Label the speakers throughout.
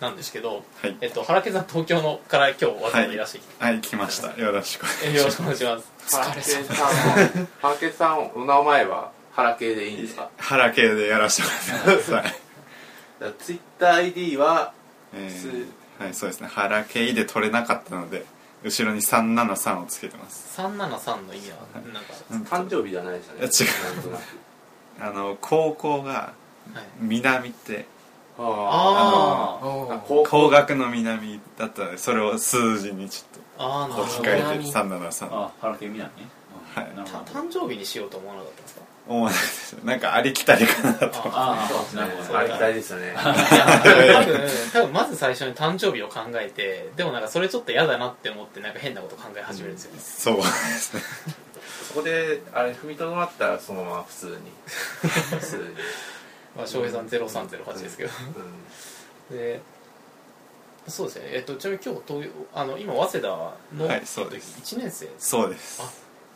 Speaker 1: なんですけど、
Speaker 2: はい
Speaker 1: えっと、原家さん東京のから今日わざわざいらしてきて、
Speaker 2: はい来ましたよろしくお願いします
Speaker 1: えよろしくお願いします
Speaker 3: ハラケンさんは、ハラケンさん、お名前はハラケンでいいんですか
Speaker 2: 原系でやらせてもらってください、
Speaker 3: ツイッター ID は、
Speaker 2: えーはいそうですね原系で取れなかったので後ろに373をつけてます
Speaker 1: 373の意味はなんか、
Speaker 3: 誕生日じゃないですよね。
Speaker 2: いや違う
Speaker 3: なんとなく。
Speaker 2: あの高校が
Speaker 1: はい、
Speaker 2: 南って
Speaker 1: あー
Speaker 3: あ
Speaker 4: あ
Speaker 3: 高
Speaker 2: 高
Speaker 3: 校
Speaker 2: 学の南だったのでそれを数字にち
Speaker 1: あーな
Speaker 2: ょ
Speaker 1: る
Speaker 2: っと
Speaker 1: ほ
Speaker 2: 置き
Speaker 1: ど
Speaker 4: 近い
Speaker 2: 換えて373
Speaker 5: あ原家見ないね
Speaker 2: はい
Speaker 5: なる
Speaker 1: た
Speaker 5: ほど
Speaker 1: 誕生日にしようと思わなかったんですか
Speaker 2: 思わないですなんかありきたりかなと
Speaker 1: あ
Speaker 5: あ
Speaker 3: そうです
Speaker 5: あ
Speaker 3: ね
Speaker 5: なるほど
Speaker 3: ありきたりですよね。
Speaker 1: 多分多分まず最初に誕生日を考えてでもなんかそれちょっと嫌だなって思ってなんか変なこと考え始めるんですよね、
Speaker 2: そうですね
Speaker 3: そこで、あれ、踏みとどまったら、そのまま普通に。普通に。
Speaker 1: まあ、翔平さん0308ですけど、
Speaker 3: うん
Speaker 1: でそうですねえっとちなみに今日東あの今早稲田の
Speaker 2: はいそうです
Speaker 1: 1年生
Speaker 2: そうです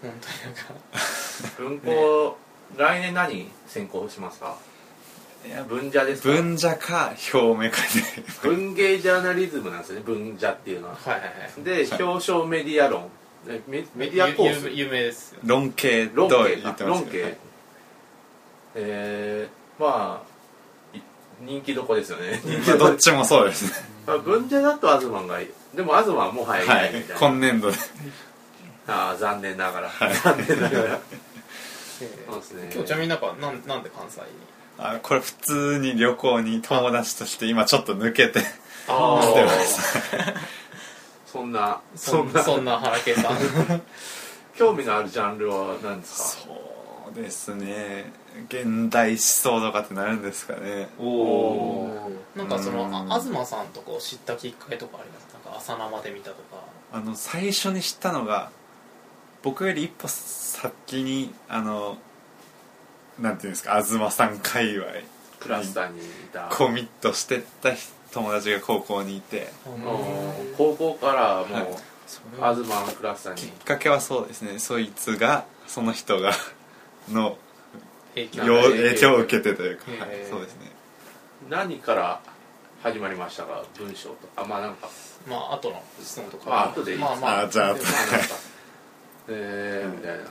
Speaker 1: 本当になんか
Speaker 3: 文校、来年何専攻しますか
Speaker 2: いや
Speaker 3: 文社ですか
Speaker 2: 文社か表面かで
Speaker 3: 文芸ジャーナリズムなんですよね、文社っていうのは。
Speaker 1: はいはいはい
Speaker 3: で、表彰メディア論。でメメディアコース
Speaker 1: ゆ。有有名ですよ
Speaker 2: 論系
Speaker 3: ロ
Speaker 2: と
Speaker 3: ンケ
Speaker 2: 言ってま
Speaker 3: ロ
Speaker 2: す
Speaker 3: ン
Speaker 2: けどは
Speaker 3: ケ
Speaker 2: い
Speaker 3: えー、まあい人気どこですよね
Speaker 2: まあどっちもそうですね
Speaker 3: まあ文社だとアズマンがいいでもアズマンはもはやい
Speaker 2: は
Speaker 3: ないいみたいな、
Speaker 2: 今年度で
Speaker 3: ああ残念ながら、残念ながら
Speaker 1: え
Speaker 3: そうですね
Speaker 1: ー今日ちなみになんかなんなんで関西に
Speaker 2: あこれ普通に旅行に友達として今ちょっと抜けて
Speaker 3: あ
Speaker 2: 来てま
Speaker 3: そんな
Speaker 1: そ
Speaker 3: そ
Speaker 1: ん
Speaker 3: ん
Speaker 1: な
Speaker 3: な
Speaker 1: そんな原家さん
Speaker 3: 興味のあるジャンルは何ですか
Speaker 2: そうですね現代思想とかってなるんですかね
Speaker 5: お
Speaker 3: お
Speaker 5: お
Speaker 3: ー
Speaker 1: なんかその
Speaker 2: うん
Speaker 1: あ東さんとかを知ったきっかけとかありますなんか朝生で見たとか
Speaker 2: あの最初に知ったのが僕より一歩先にあのなんていうんですか東さん界隈
Speaker 3: クラスターにいた
Speaker 2: コミットしてった人友達が高校にいて
Speaker 3: うん高校からも
Speaker 2: そう
Speaker 3: アズマンクラスター
Speaker 2: きっ
Speaker 3: に
Speaker 2: かけはそうですねそいつがその人がの
Speaker 1: 平気
Speaker 3: な
Speaker 2: よ
Speaker 3: んか
Speaker 2: う
Speaker 3: 影響
Speaker 2: 影響を受けてというか、
Speaker 1: へー
Speaker 2: はい、そうですね
Speaker 3: 何から始まりましたか文章とかあまあなんか
Speaker 1: まあ後の質問とか
Speaker 3: まあ後でいい
Speaker 1: まあまあ
Speaker 2: あじゃあ
Speaker 1: で
Speaker 3: まあなんか えーみたいな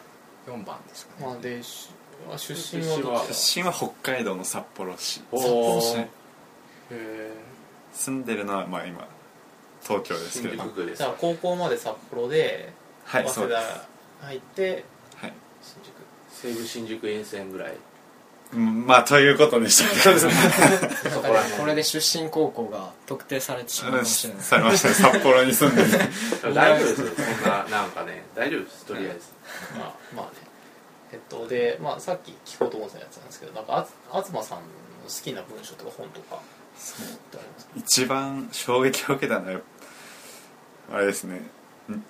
Speaker 4: 4番ですかね
Speaker 1: まあでしあ出身はどっちだ
Speaker 2: 出身は北海道の札幌市
Speaker 3: おー
Speaker 1: へ
Speaker 2: 住んでるのはまあ今東京ですけ
Speaker 3: 新
Speaker 2: れど
Speaker 3: 宿区
Speaker 1: ー
Speaker 3: です
Speaker 1: じゃあ高校まで札幌で
Speaker 2: はい
Speaker 1: 早
Speaker 2: そう
Speaker 1: 稲
Speaker 2: で
Speaker 1: 田
Speaker 2: す
Speaker 1: 入って
Speaker 2: はい
Speaker 1: 新宿
Speaker 3: 西武新宿沿線ぐらい
Speaker 2: うんまあということにしたい
Speaker 4: なんかねこれで出身高校が特定されてしまうかもしれな い
Speaker 2: されましたね札幌に住んでる
Speaker 3: 大丈夫ですよそんななんかね大丈夫ですとりあえず
Speaker 1: まあまあねえっとで、まあ、さっき聞こうと思ってたやつなんですけどなんかあつ東さんの好きな文章とか本とかってありますか
Speaker 2: 一番衝撃を受けたのはあれですね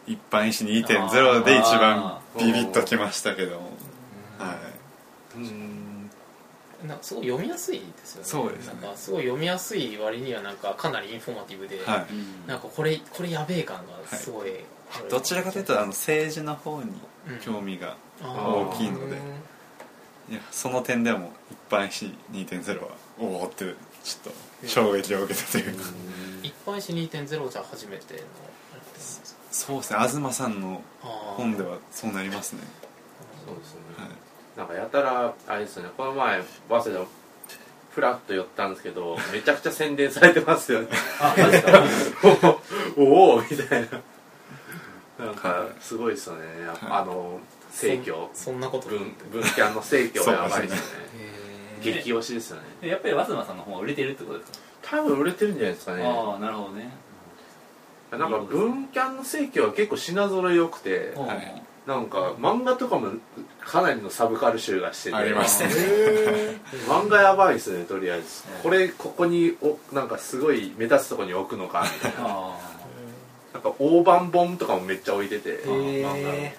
Speaker 2: 一般医師2.0で一番ビビッときましたけどもはい
Speaker 3: うん
Speaker 1: なんかすごい読みやすいですよね
Speaker 2: そうですね
Speaker 1: なんかすごい読みやすい割にはなんかかなりインフォマティブで、
Speaker 2: はい
Speaker 1: なんかこれこれやべえ感がすごい、ある
Speaker 2: どちらかというとあの政治の方に
Speaker 1: うん
Speaker 2: 興味が
Speaker 1: あー
Speaker 2: 大きいので、いやその点でも一般紙2.0はおおってちょっと衝撃を受けたというか、
Speaker 1: 一般紙2.0じゃ初めてのあれってなんですか
Speaker 2: そうですね東さんの
Speaker 1: あー
Speaker 2: 本ではそうなりますね、
Speaker 3: そうですね
Speaker 2: はい、
Speaker 3: なんかやたらあれですよねこの前早稲田フラッと寄ったんですけどめちゃくちゃ宣伝されてますよね
Speaker 5: あマジか
Speaker 3: おおみたいななんかすごいですよねやっぱあの盛況
Speaker 1: そんなこと
Speaker 3: 文文キャンの盛況はやばいですよね激推しですよね
Speaker 5: でやっぱり和妻さんの方が売れてるってことですか
Speaker 3: 多分売れてるんじゃないですかね
Speaker 5: ああなるほどね
Speaker 3: なんか文キャンの盛況は結構品揃え良くて
Speaker 5: おー
Speaker 2: はい
Speaker 3: なんか漫画とかもかなりのサブカル集がしてて
Speaker 2: ありましたね
Speaker 3: 漫画やばいですねとりあえずこれここにおなんかすごい目立つとこに置くのかみたいな
Speaker 5: あ
Speaker 3: なんか大判本とかもめっちゃ置いてて漫画のなん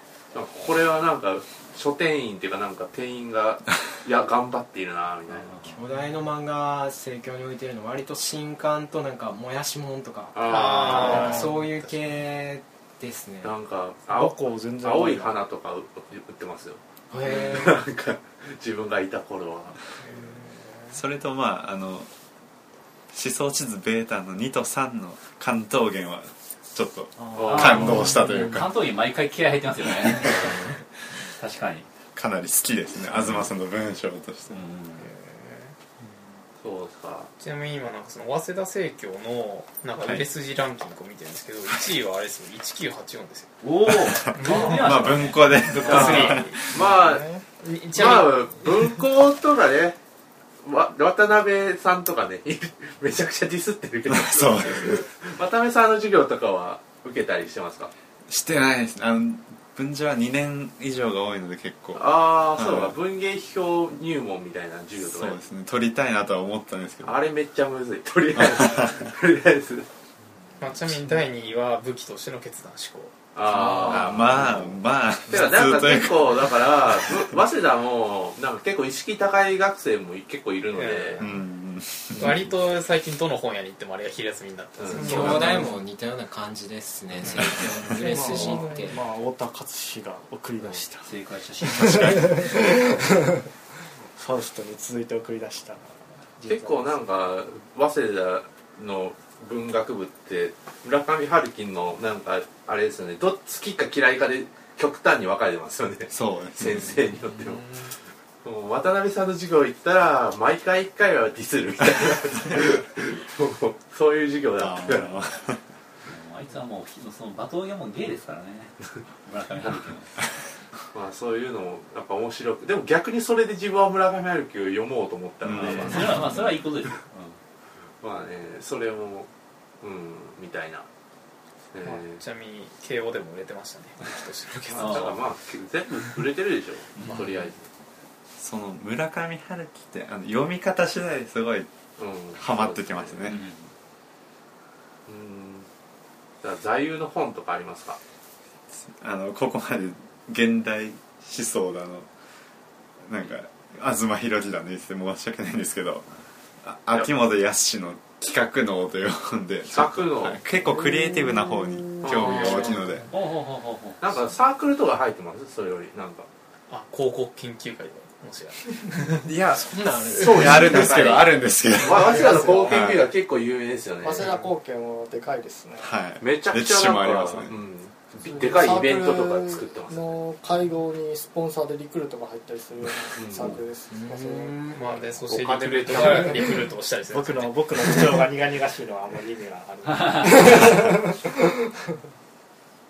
Speaker 3: かこれはなんか書店員っていうかなんか店員がいや頑張っているなみたいな
Speaker 4: 巨大の漫画盛況に置いてるの割と新刊となんかもやしもんとかなん
Speaker 3: あ
Speaker 4: かそういう系ですね
Speaker 3: ーなんか
Speaker 6: 青
Speaker 3: 青
Speaker 6: 子全然
Speaker 3: 青い花とか売ってますよ
Speaker 4: へえ
Speaker 3: なんか自分がいた頃は
Speaker 2: それとまああの思想地図ベータの2と3の関東源はちょっと
Speaker 3: あー
Speaker 2: 感動したという
Speaker 5: 関
Speaker 2: か
Speaker 5: 東に毎回気合入ってます よね確かに
Speaker 2: かなり好きですね東さんの文章として
Speaker 3: そうですか
Speaker 1: ちなみに今なんかその早稲田生協のなんか売れ筋ランキングを見てるんですけど、1位はあれですよ1984ですよ
Speaker 5: おお
Speaker 2: まあ文庫 で
Speaker 3: まあ
Speaker 1: にち
Speaker 3: まあ
Speaker 1: なみに、
Speaker 3: 文庫とかねわ渡辺さんとかね めちゃくちゃディスってるけど
Speaker 2: そう
Speaker 3: 渡辺さんの授業とかは受けたりしてますか
Speaker 2: してないですねあの文字は2年以上が多いので結構
Speaker 3: ああそうか、
Speaker 2: はい
Speaker 3: 文芸批評入門みたいな授業とか
Speaker 2: そう
Speaker 3: ね
Speaker 2: ですね取りたいなとは思ったんですけど
Speaker 3: あれめっちゃむずいとりあえ ずとりあえず
Speaker 1: まあ、ちなみに第2位は武器としての決断思考
Speaker 3: あ
Speaker 2: あ
Speaker 3: あ
Speaker 2: まあまあ普
Speaker 3: だからなん
Speaker 2: 通
Speaker 3: か
Speaker 2: という
Speaker 3: 結
Speaker 2: か
Speaker 3: 構だからぶ早稲田もなんか結構意識高い学生も結構いるので、
Speaker 1: う
Speaker 2: うんうん
Speaker 1: 割と最近どの本屋に行ってもあれが昼休みになってますよ、
Speaker 3: うん
Speaker 1: ね
Speaker 4: 兄弟も似たような感じですね生協の売れ筋って
Speaker 6: まあ太田勝志が送り出した
Speaker 5: 正解写真
Speaker 6: ファウストに続いて送り出した
Speaker 3: 結構なんか早稲田の文学部って村上春樹のなんかあれですよねどっち好きか嫌いかで極端に分かれてますよね
Speaker 2: そうです ね
Speaker 3: 先生によっても,、もう渡辺さんの授業行ったら毎回1回はディスるみたいなもうそういう授業だ
Speaker 2: あ
Speaker 3: ったから
Speaker 2: ー
Speaker 5: あいつはもうその罵倒がもうゲイですからね村上春樹の
Speaker 3: まあそういうのもやっぱ面白くでも逆にそれで自分は村上春樹を読もうと思ったので、
Speaker 2: うん
Speaker 5: それはまあそれはいいことですよ、
Speaker 3: まあねそれもうんみたいな、え
Speaker 1: まあ
Speaker 3: ー
Speaker 1: ちなみに慶応でも売れてましたね武器としての決断
Speaker 5: あー
Speaker 3: だからまあ全部売れてるでしょとりあえず、
Speaker 2: その村上春樹ってあの読み方次第ですごい
Speaker 3: うん、
Speaker 2: ハマってきます
Speaker 5: う
Speaker 2: ね
Speaker 5: ん
Speaker 3: うんじゃあ座右の本とかありますか
Speaker 2: あのここまで現代思想だのなんか東博樹だね言って申し訳ないんですけどあ秋元康の「企画脳」という本で
Speaker 3: 企画脳
Speaker 2: はい結構クリエイティブな方に興味が大きいので
Speaker 5: ほうほうほうほうほう
Speaker 3: なんかサークルとか入ってますそれよりなんか
Speaker 1: あ広告研究会でもしや
Speaker 2: いや
Speaker 4: そんなんある
Speaker 2: そうあるんですけどあるんですけど
Speaker 3: わ早稲田の貢献部が結構有名ですよね、
Speaker 6: 早稲田貢献もでかいですね
Speaker 2: はい
Speaker 3: めちゃく
Speaker 2: 歴
Speaker 3: ちゃ
Speaker 2: 史
Speaker 3: なん
Speaker 2: も
Speaker 3: か
Speaker 2: ありますね
Speaker 3: うん、でかいイベントとか作ってます
Speaker 6: サークル
Speaker 3: よね
Speaker 6: の会合にスポンサーでリクルートが入ったりするようなサークルです、まあ、そういう
Speaker 1: まあでそして
Speaker 3: お
Speaker 1: リ
Speaker 3: 金
Speaker 1: クルート
Speaker 3: めっちゃ
Speaker 1: がリクルートをしたりするんです
Speaker 6: 僕
Speaker 1: よね
Speaker 6: の僕の口調が苦々しいのはあんまり意味がある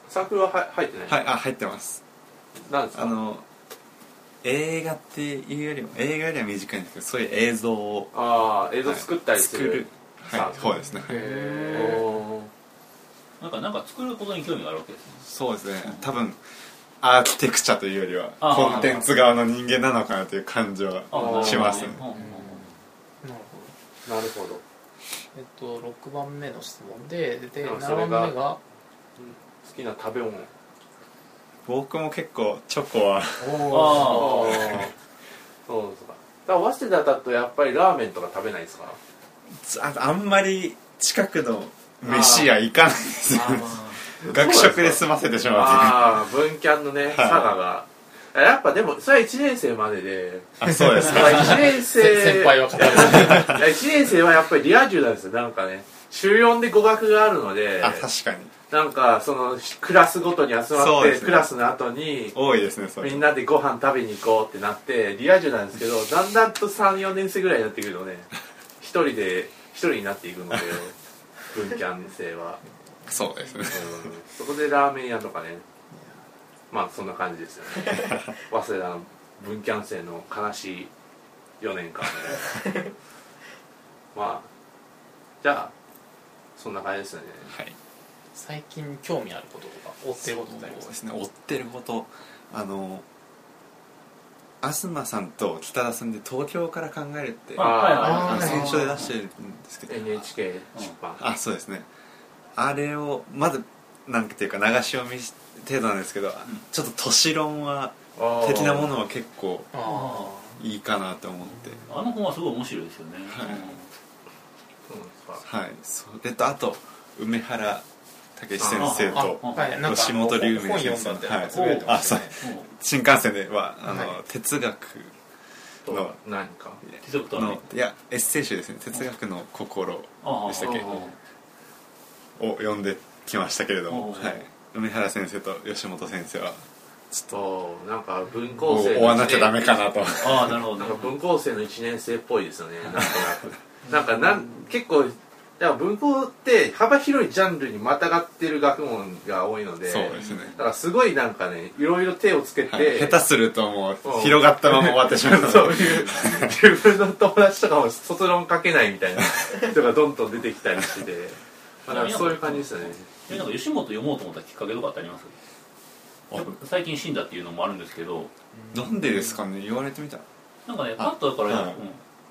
Speaker 3: サークルはは入ってない、
Speaker 2: はいあ入ってます
Speaker 3: なんですか
Speaker 2: あの映画っていうよりも映画よりは短いんですけどそういう映像を
Speaker 3: ああ映像作ったりす
Speaker 2: はい
Speaker 3: る、
Speaker 2: 作るはいそうですねはい
Speaker 3: おー
Speaker 5: なんかなんか作ることに興味があるわけですね
Speaker 2: そうですね多分アーキテクチャというよりは
Speaker 5: あー
Speaker 2: コンテンツ側の人間なのかなという感じは
Speaker 5: あなるほどね
Speaker 2: しますね
Speaker 5: ほうほうほ
Speaker 1: なるほど
Speaker 3: なるほど
Speaker 1: えっと、6番目の質問でで
Speaker 3: あそれ
Speaker 1: 7
Speaker 3: が
Speaker 1: 番目が
Speaker 3: 好きな食べ物
Speaker 2: 僕も結構チョコは
Speaker 5: う
Speaker 6: おー
Speaker 5: ほうあ
Speaker 3: そうですかだから早稲田だとやっぱりラーメンとか食べないですか
Speaker 2: ああんまり近くの飯屋行かないですよ
Speaker 4: あーま
Speaker 2: 学食で済ませてしまう
Speaker 3: ああ文キャンのね佐賀がやっぱでもそれは1年生まで で
Speaker 2: というかあそうです
Speaker 3: や
Speaker 2: ね
Speaker 3: っぱ1年生
Speaker 1: せ先輩は語る
Speaker 3: 1年生はやっぱりリア充なんですよなんかね週4で語学があるので
Speaker 2: あ確かに
Speaker 3: なんかそのクラスごとに集まっ
Speaker 2: そう
Speaker 3: て、
Speaker 2: ですね
Speaker 3: クラスの後に
Speaker 2: 多いですねそれ
Speaker 3: みんなでご飯食べに行こうってなってリア充なんです けどだんだんと34年生ぐらいになってくるとね一人で一人になっていく ので文キャン生は、
Speaker 2: そうですね
Speaker 3: うんそこでラーメン屋とかねまあそんな感じですよ ね早稲田の文キャン生の悲しい4年間 まあじゃあそんな感じですよね
Speaker 2: はい
Speaker 1: 最近興味あることとか追ってることってあります
Speaker 2: そう
Speaker 1: か
Speaker 2: ですね追ってることあの東さんと北田さんで東京から考えるって
Speaker 5: あはいはい
Speaker 1: あ
Speaker 2: あの
Speaker 1: ー
Speaker 2: 選書で出してるんですけど
Speaker 3: NHK 出版
Speaker 2: あそうですねあれをまずなんていうか流し読み程度なんですけど、ちょっと都市論は的なものは結構
Speaker 1: あ
Speaker 2: いいかなと思って
Speaker 5: あの本はすごい面白いですよね、
Speaker 2: はい
Speaker 3: そうなんですか
Speaker 2: はいそれとあと梅原武史先生
Speaker 1: あ
Speaker 2: と
Speaker 1: あはいなんか
Speaker 2: 吉本龍明
Speaker 1: 本読
Speaker 2: 先
Speaker 1: ん
Speaker 2: 生
Speaker 1: だ
Speaker 2: の
Speaker 1: って
Speaker 2: はい
Speaker 1: つぶやいてましたよね
Speaker 5: うん
Speaker 2: 新幹線ではあの、
Speaker 1: は
Speaker 2: 哲学
Speaker 3: と何か
Speaker 5: 手帳とはね
Speaker 2: のいやエッセイ集ですね哲学の心
Speaker 5: ああ
Speaker 2: でしたっけ
Speaker 5: あ
Speaker 2: を読んできましたけれども、
Speaker 5: おう
Speaker 2: はい、梅原先生と吉本先生は
Speaker 3: ちょっとなんか文
Speaker 2: も
Speaker 3: 校
Speaker 2: う
Speaker 3: 生の
Speaker 2: 追わなきゃダメかなと
Speaker 5: ああなるほど
Speaker 3: なんか文校生の1年生っぽいですよねなんとなくなんか なん結構だから文校って幅広いジャンルにまたがってる学問が多いので
Speaker 2: そうですね
Speaker 3: だからすごいなんかねいろいろ手をつけて、
Speaker 2: はい下手するともう広がったまま終わってしまうので
Speaker 3: そういう自分の友達とかも卒論書けないみたいな人がどんどん出てきたりしてて、まあ、なんかそういう感じですよね
Speaker 5: えなんか吉本読もうと思ったきっかけとかってあります
Speaker 2: あ
Speaker 5: 最近死んだっていうのもあるんですけど
Speaker 2: なんでですかね言われてみたら
Speaker 5: なんかねパッとだから、
Speaker 2: はい
Speaker 5: うん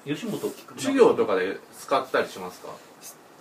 Speaker 5: 吉本を聞く
Speaker 3: 授業とかで使ったりしますか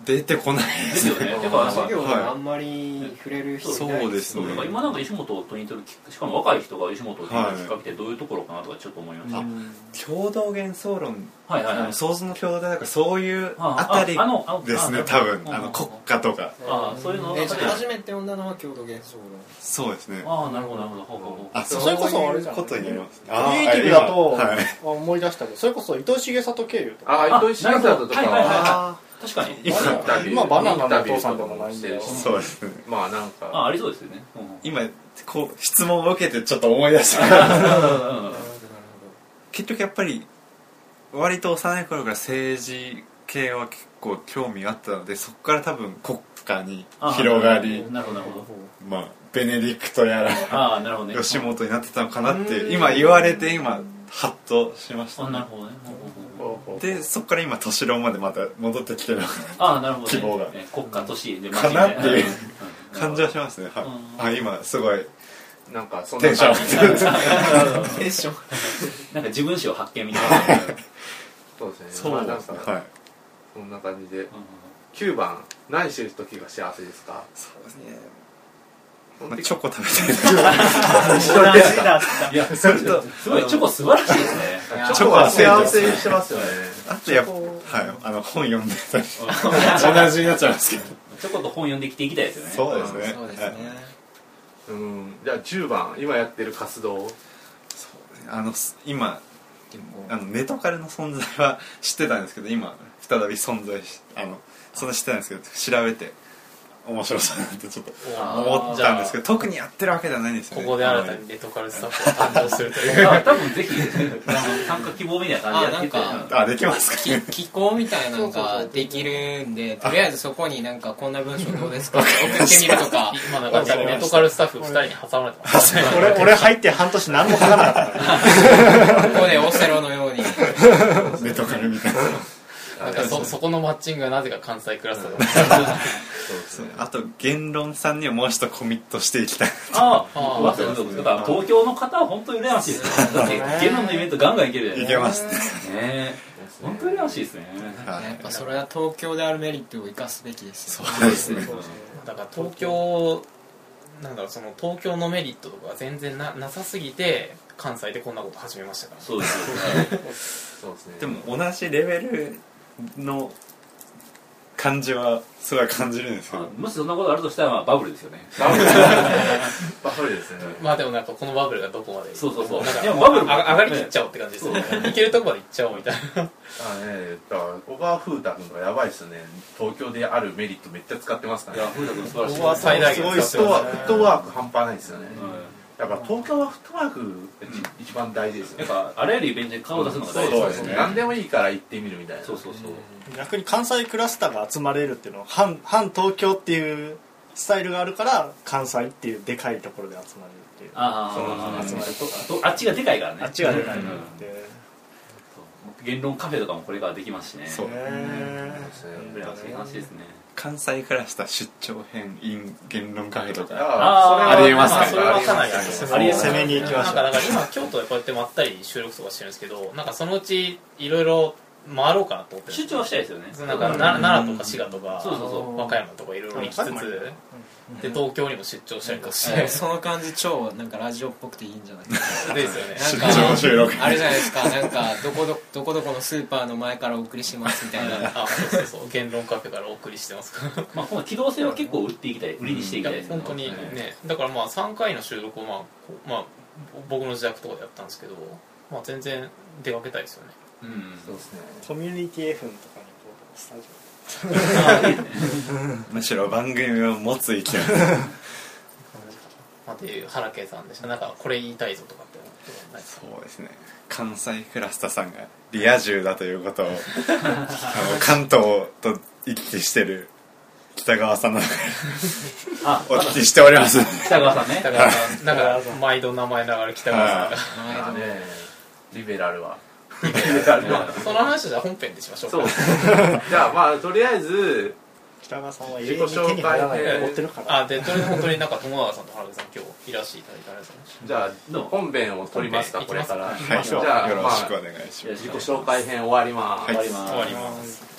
Speaker 2: 出てこないで
Speaker 5: です
Speaker 2: す
Speaker 5: よ
Speaker 2: ね
Speaker 5: ね
Speaker 3: うん
Speaker 5: だから
Speaker 4: 授業で
Speaker 2: はい
Speaker 4: あんまり触れる人いない
Speaker 2: そうです
Speaker 5: そ
Speaker 2: ね
Speaker 5: うだから今なんか吉本を取りに取るきしかも若い人が吉本を取りに取るきっかけってどういうところかなとかちょっと思いました、
Speaker 2: 共同幻想論
Speaker 5: はいはいはい
Speaker 2: 想像の共同だからそういう
Speaker 5: あ
Speaker 2: あたり
Speaker 5: のあ
Speaker 2: ですね
Speaker 5: あ
Speaker 2: 多分
Speaker 5: うん
Speaker 2: あの国家とか
Speaker 5: ああそういうの
Speaker 4: えじゃあ
Speaker 5: あ
Speaker 4: 初めて読んだのは郷土幻想論
Speaker 2: そうですね
Speaker 5: ああなるほどなるほどほうほうほう
Speaker 2: あ
Speaker 6: それこそあれじゃん
Speaker 2: こ
Speaker 6: ク
Speaker 2: とになりますク
Speaker 6: リエイティブだと
Speaker 2: はい
Speaker 6: あ思い出したけどそれこそ伊藤重里経由とか
Speaker 3: あ
Speaker 5: あ
Speaker 3: 糸井重里とか
Speaker 5: なるほどはいはいはい
Speaker 3: は
Speaker 5: 確かに
Speaker 2: 今
Speaker 3: インタビュー
Speaker 6: 今バナナのお父さんでもないんだよ
Speaker 3: インタビューとかもしてるし
Speaker 2: そうですね
Speaker 3: まあなん
Speaker 5: あ
Speaker 3: か
Speaker 5: ありそうですよねうんうん
Speaker 2: 今こう質問を受けてちょっと思い出 した
Speaker 5: うんうんうん
Speaker 2: 結局やっぱり割と幼い頃から政治系は結構興味があったのでそこから多分国家に
Speaker 5: ああ
Speaker 2: 広がり
Speaker 5: なるほどなるほど
Speaker 2: まあベネディクトやら
Speaker 5: ああなるほどね
Speaker 2: 吉本になってたのかなって今言われて今ハッとしました
Speaker 5: あな
Speaker 2: ね
Speaker 5: るほどねほうほうほう
Speaker 3: ほうほう
Speaker 2: でそこから今年郎までまた戻ってき てる
Speaker 5: ああなるほど、ね、
Speaker 2: 希望が
Speaker 5: えー国家都市で
Speaker 2: かなっていう感じは
Speaker 5: し
Speaker 2: しますねはい
Speaker 5: うん
Speaker 2: あ今すごい
Speaker 3: なんかそん
Speaker 2: テ
Speaker 3: な
Speaker 2: ンショ
Speaker 3: 感じ
Speaker 2: ン
Speaker 4: テンション
Speaker 5: なんか自分史を発見みたいな
Speaker 3: そうですね
Speaker 2: そ
Speaker 3: まあ
Speaker 2: う
Speaker 3: な
Speaker 2: で
Speaker 3: ん
Speaker 2: すね
Speaker 3: か
Speaker 2: はい
Speaker 3: そんな感じで
Speaker 5: うん
Speaker 3: 9番何してる時が幸せですか
Speaker 2: そうですねまあチョコ食べたいです
Speaker 5: 同じだったいやそれとすごいチョコ素晴らしいですね
Speaker 3: チョコは幸せにしてますよね
Speaker 2: あとやっぱはいあの本読んでたり 同じになっちゃいますけど
Speaker 5: チョコと本読んできていきたいですよね
Speaker 2: そうですね
Speaker 4: そうですね
Speaker 2: はい
Speaker 3: うんじゃあ10番今やってる活動
Speaker 2: あのす今あのネトカルの存在は知ってたんですけど今再び存在しあのそんな知ってたんですけど調べて面白そうだなってちょっと思ったんですけど特にやってるわけではないんですよ
Speaker 1: こ
Speaker 2: ね
Speaker 1: こで新たにレトカルスタッフを担当するという
Speaker 5: あ多分ぜひあの参加希望みたいな感じでやってて
Speaker 4: あなん
Speaker 2: あできますか ね
Speaker 4: き気候みたいなの
Speaker 6: そうそうそ
Speaker 4: が
Speaker 6: う
Speaker 4: できるんでとりあえずそこになんかこんな文章どうですかって送ってみるとか
Speaker 1: 今なんかレトカルスタッフ2人に挟まれてますね
Speaker 7: 俺俺入って半年何も書かなかったから
Speaker 4: ここでオセロのように
Speaker 2: ネトカルみたいな
Speaker 1: なんかそそこのマッチングがなぜか関西クラスターだ
Speaker 3: そうですね
Speaker 2: あと言論さんにはもう一度コミットしていきたい
Speaker 5: ああ
Speaker 1: あー
Speaker 5: 噂の動物だから東京の方は本当に羨ましいですねだってゲノムのイベントガンガンいけるじゃ
Speaker 2: い
Speaker 5: ないで
Speaker 2: けますね
Speaker 5: すかね本当に羨ましいですね
Speaker 2: は
Speaker 4: やっ
Speaker 2: い
Speaker 4: ぱそれは東京であるメリットを生かすべきですよ
Speaker 2: そうですね
Speaker 1: だから東京なんだろうその東京のメリットとかが全然ななさすぎて関西でこんなこと始めましたから
Speaker 5: そうですよ
Speaker 3: そうですね
Speaker 2: でも同じレベルの感じはすごい感じるんですけ
Speaker 5: あ
Speaker 2: ど
Speaker 5: もしそんなことあるとしたらまあバブルですよね
Speaker 3: バブルですねバブルですね
Speaker 1: まあでもなんかこのバブルがどこまで
Speaker 5: そうそうそう
Speaker 1: なんか
Speaker 5: いやバブルも
Speaker 1: あ上がりきっちゃおうって感じですよねいけるとこまで行っちゃおうみたいな
Speaker 3: あねだから小川風太君がやばいっすね東京であるメリットめっちゃ使ってますか
Speaker 5: い
Speaker 3: ら
Speaker 5: や
Speaker 3: ね
Speaker 5: 古田君素晴らしい
Speaker 1: ここは最大
Speaker 3: す
Speaker 1: 限
Speaker 3: ごい
Speaker 1: で
Speaker 3: フ
Speaker 1: す
Speaker 3: ット
Speaker 1: よ
Speaker 3: ワ
Speaker 1: ね
Speaker 3: ークフットワーク半端ないですよね
Speaker 5: うん
Speaker 3: やっぱ東京はフットワークがじ一番大事ですよ
Speaker 5: やっ
Speaker 3: ね
Speaker 5: ぱあらゆるイベントに顔を出すのが
Speaker 3: そ
Speaker 5: 大
Speaker 3: う
Speaker 5: 事
Speaker 3: そう
Speaker 5: で
Speaker 3: そ
Speaker 5: す
Speaker 3: う
Speaker 5: よね
Speaker 3: 何でもいいから行ってみるみたいな
Speaker 5: そうそうそう
Speaker 7: 逆に関西クラスターが集まれるっていうのは反反東京っていうスタイルがあるから関西っていうでかいところで集まれるっていう
Speaker 5: あ
Speaker 7: 集まるとか
Speaker 5: ああっちがでかいからね
Speaker 7: あっちがでかい
Speaker 5: うん
Speaker 7: の
Speaker 5: そう
Speaker 7: で
Speaker 5: 言論カフェとかもこれからできますしね
Speaker 2: そう
Speaker 7: へ
Speaker 3: そうですね
Speaker 5: 羨ましい話ですね
Speaker 2: 関西クラスター出張編 in 言論会と
Speaker 3: だ
Speaker 2: か
Speaker 3: から
Speaker 5: あー
Speaker 3: それはありえます
Speaker 1: まあそれは
Speaker 3: か
Speaker 1: からなりあります
Speaker 5: ありえます
Speaker 7: 攻めに行きま
Speaker 1: な
Speaker 7: し
Speaker 1: んか
Speaker 7: ょ
Speaker 1: だから今京都でこうやってまったり収録とかしてるんですけどなんかそのうちいろいろ回ろうかなと思ってる
Speaker 5: 出張したいですよね
Speaker 1: なんかな奈良とか滋賀とか
Speaker 5: そうそうそう
Speaker 1: 和歌山とかいろいろ行きつ
Speaker 7: う
Speaker 1: つ
Speaker 7: ん
Speaker 1: で東京にも出張したりとかし
Speaker 4: ね
Speaker 1: て
Speaker 4: その感じ超なんかラジオっぽくていいんじゃないですか
Speaker 1: ですよね
Speaker 4: な
Speaker 2: 出
Speaker 4: ん
Speaker 2: 張収録
Speaker 4: かあれじゃないですかなんかどこどどこどこのスーパーの前からお送りしますみたいな
Speaker 1: あそうそうそう言論カフェからお送りしてますから
Speaker 5: まあこの機動性は結構売っていきたい売りにしてい
Speaker 1: い
Speaker 5: きた
Speaker 1: や
Speaker 5: いですね
Speaker 1: 本当にねだからまあ3回の収録をまあこうまあぼ僕の自宅とかでやったんですけどまあ、全然出かけたいですよね
Speaker 5: うん
Speaker 3: そうですね
Speaker 7: コミュニティ FM とかにこうスタジ
Speaker 2: むしろ番組を持つ意見
Speaker 1: まあ、っていう原圭さんでしたなんかこれ言いたいぞとかって思ってないです
Speaker 2: そうですね関西クラスターさんがリア充だということを あの関東と行き来してる北川さんなの
Speaker 5: あ
Speaker 2: お聞きしております
Speaker 5: 北川さんね
Speaker 1: だからだから毎度名前ながら北川さんが
Speaker 3: あのねリベラルは
Speaker 1: その話じゃ本編でしましょうか
Speaker 3: そうですねじゃあまあとりあえず
Speaker 7: オ北川さんは
Speaker 3: 自
Speaker 7: 永
Speaker 3: 己
Speaker 7: 遠に手に入らない
Speaker 3: 紹介で
Speaker 7: 持ってるから
Speaker 1: あでとりあえず本当になんか友永さんと原口さん今日いらしていただいてありがとうございまし
Speaker 3: じゃあ
Speaker 5: どう
Speaker 3: 本編を取りますか
Speaker 1: 本
Speaker 3: こ
Speaker 1: 編
Speaker 3: れ
Speaker 1: いきます
Speaker 3: から
Speaker 2: はい、
Speaker 3: じゃあ
Speaker 2: よ
Speaker 3: ま
Speaker 2: ろしくお
Speaker 3: あ
Speaker 2: 願いします
Speaker 5: よろし
Speaker 3: 自己
Speaker 5: くお願いします
Speaker 3: 紹介編終わります
Speaker 5: 終わり
Speaker 1: た
Speaker 5: ます
Speaker 1: 終わります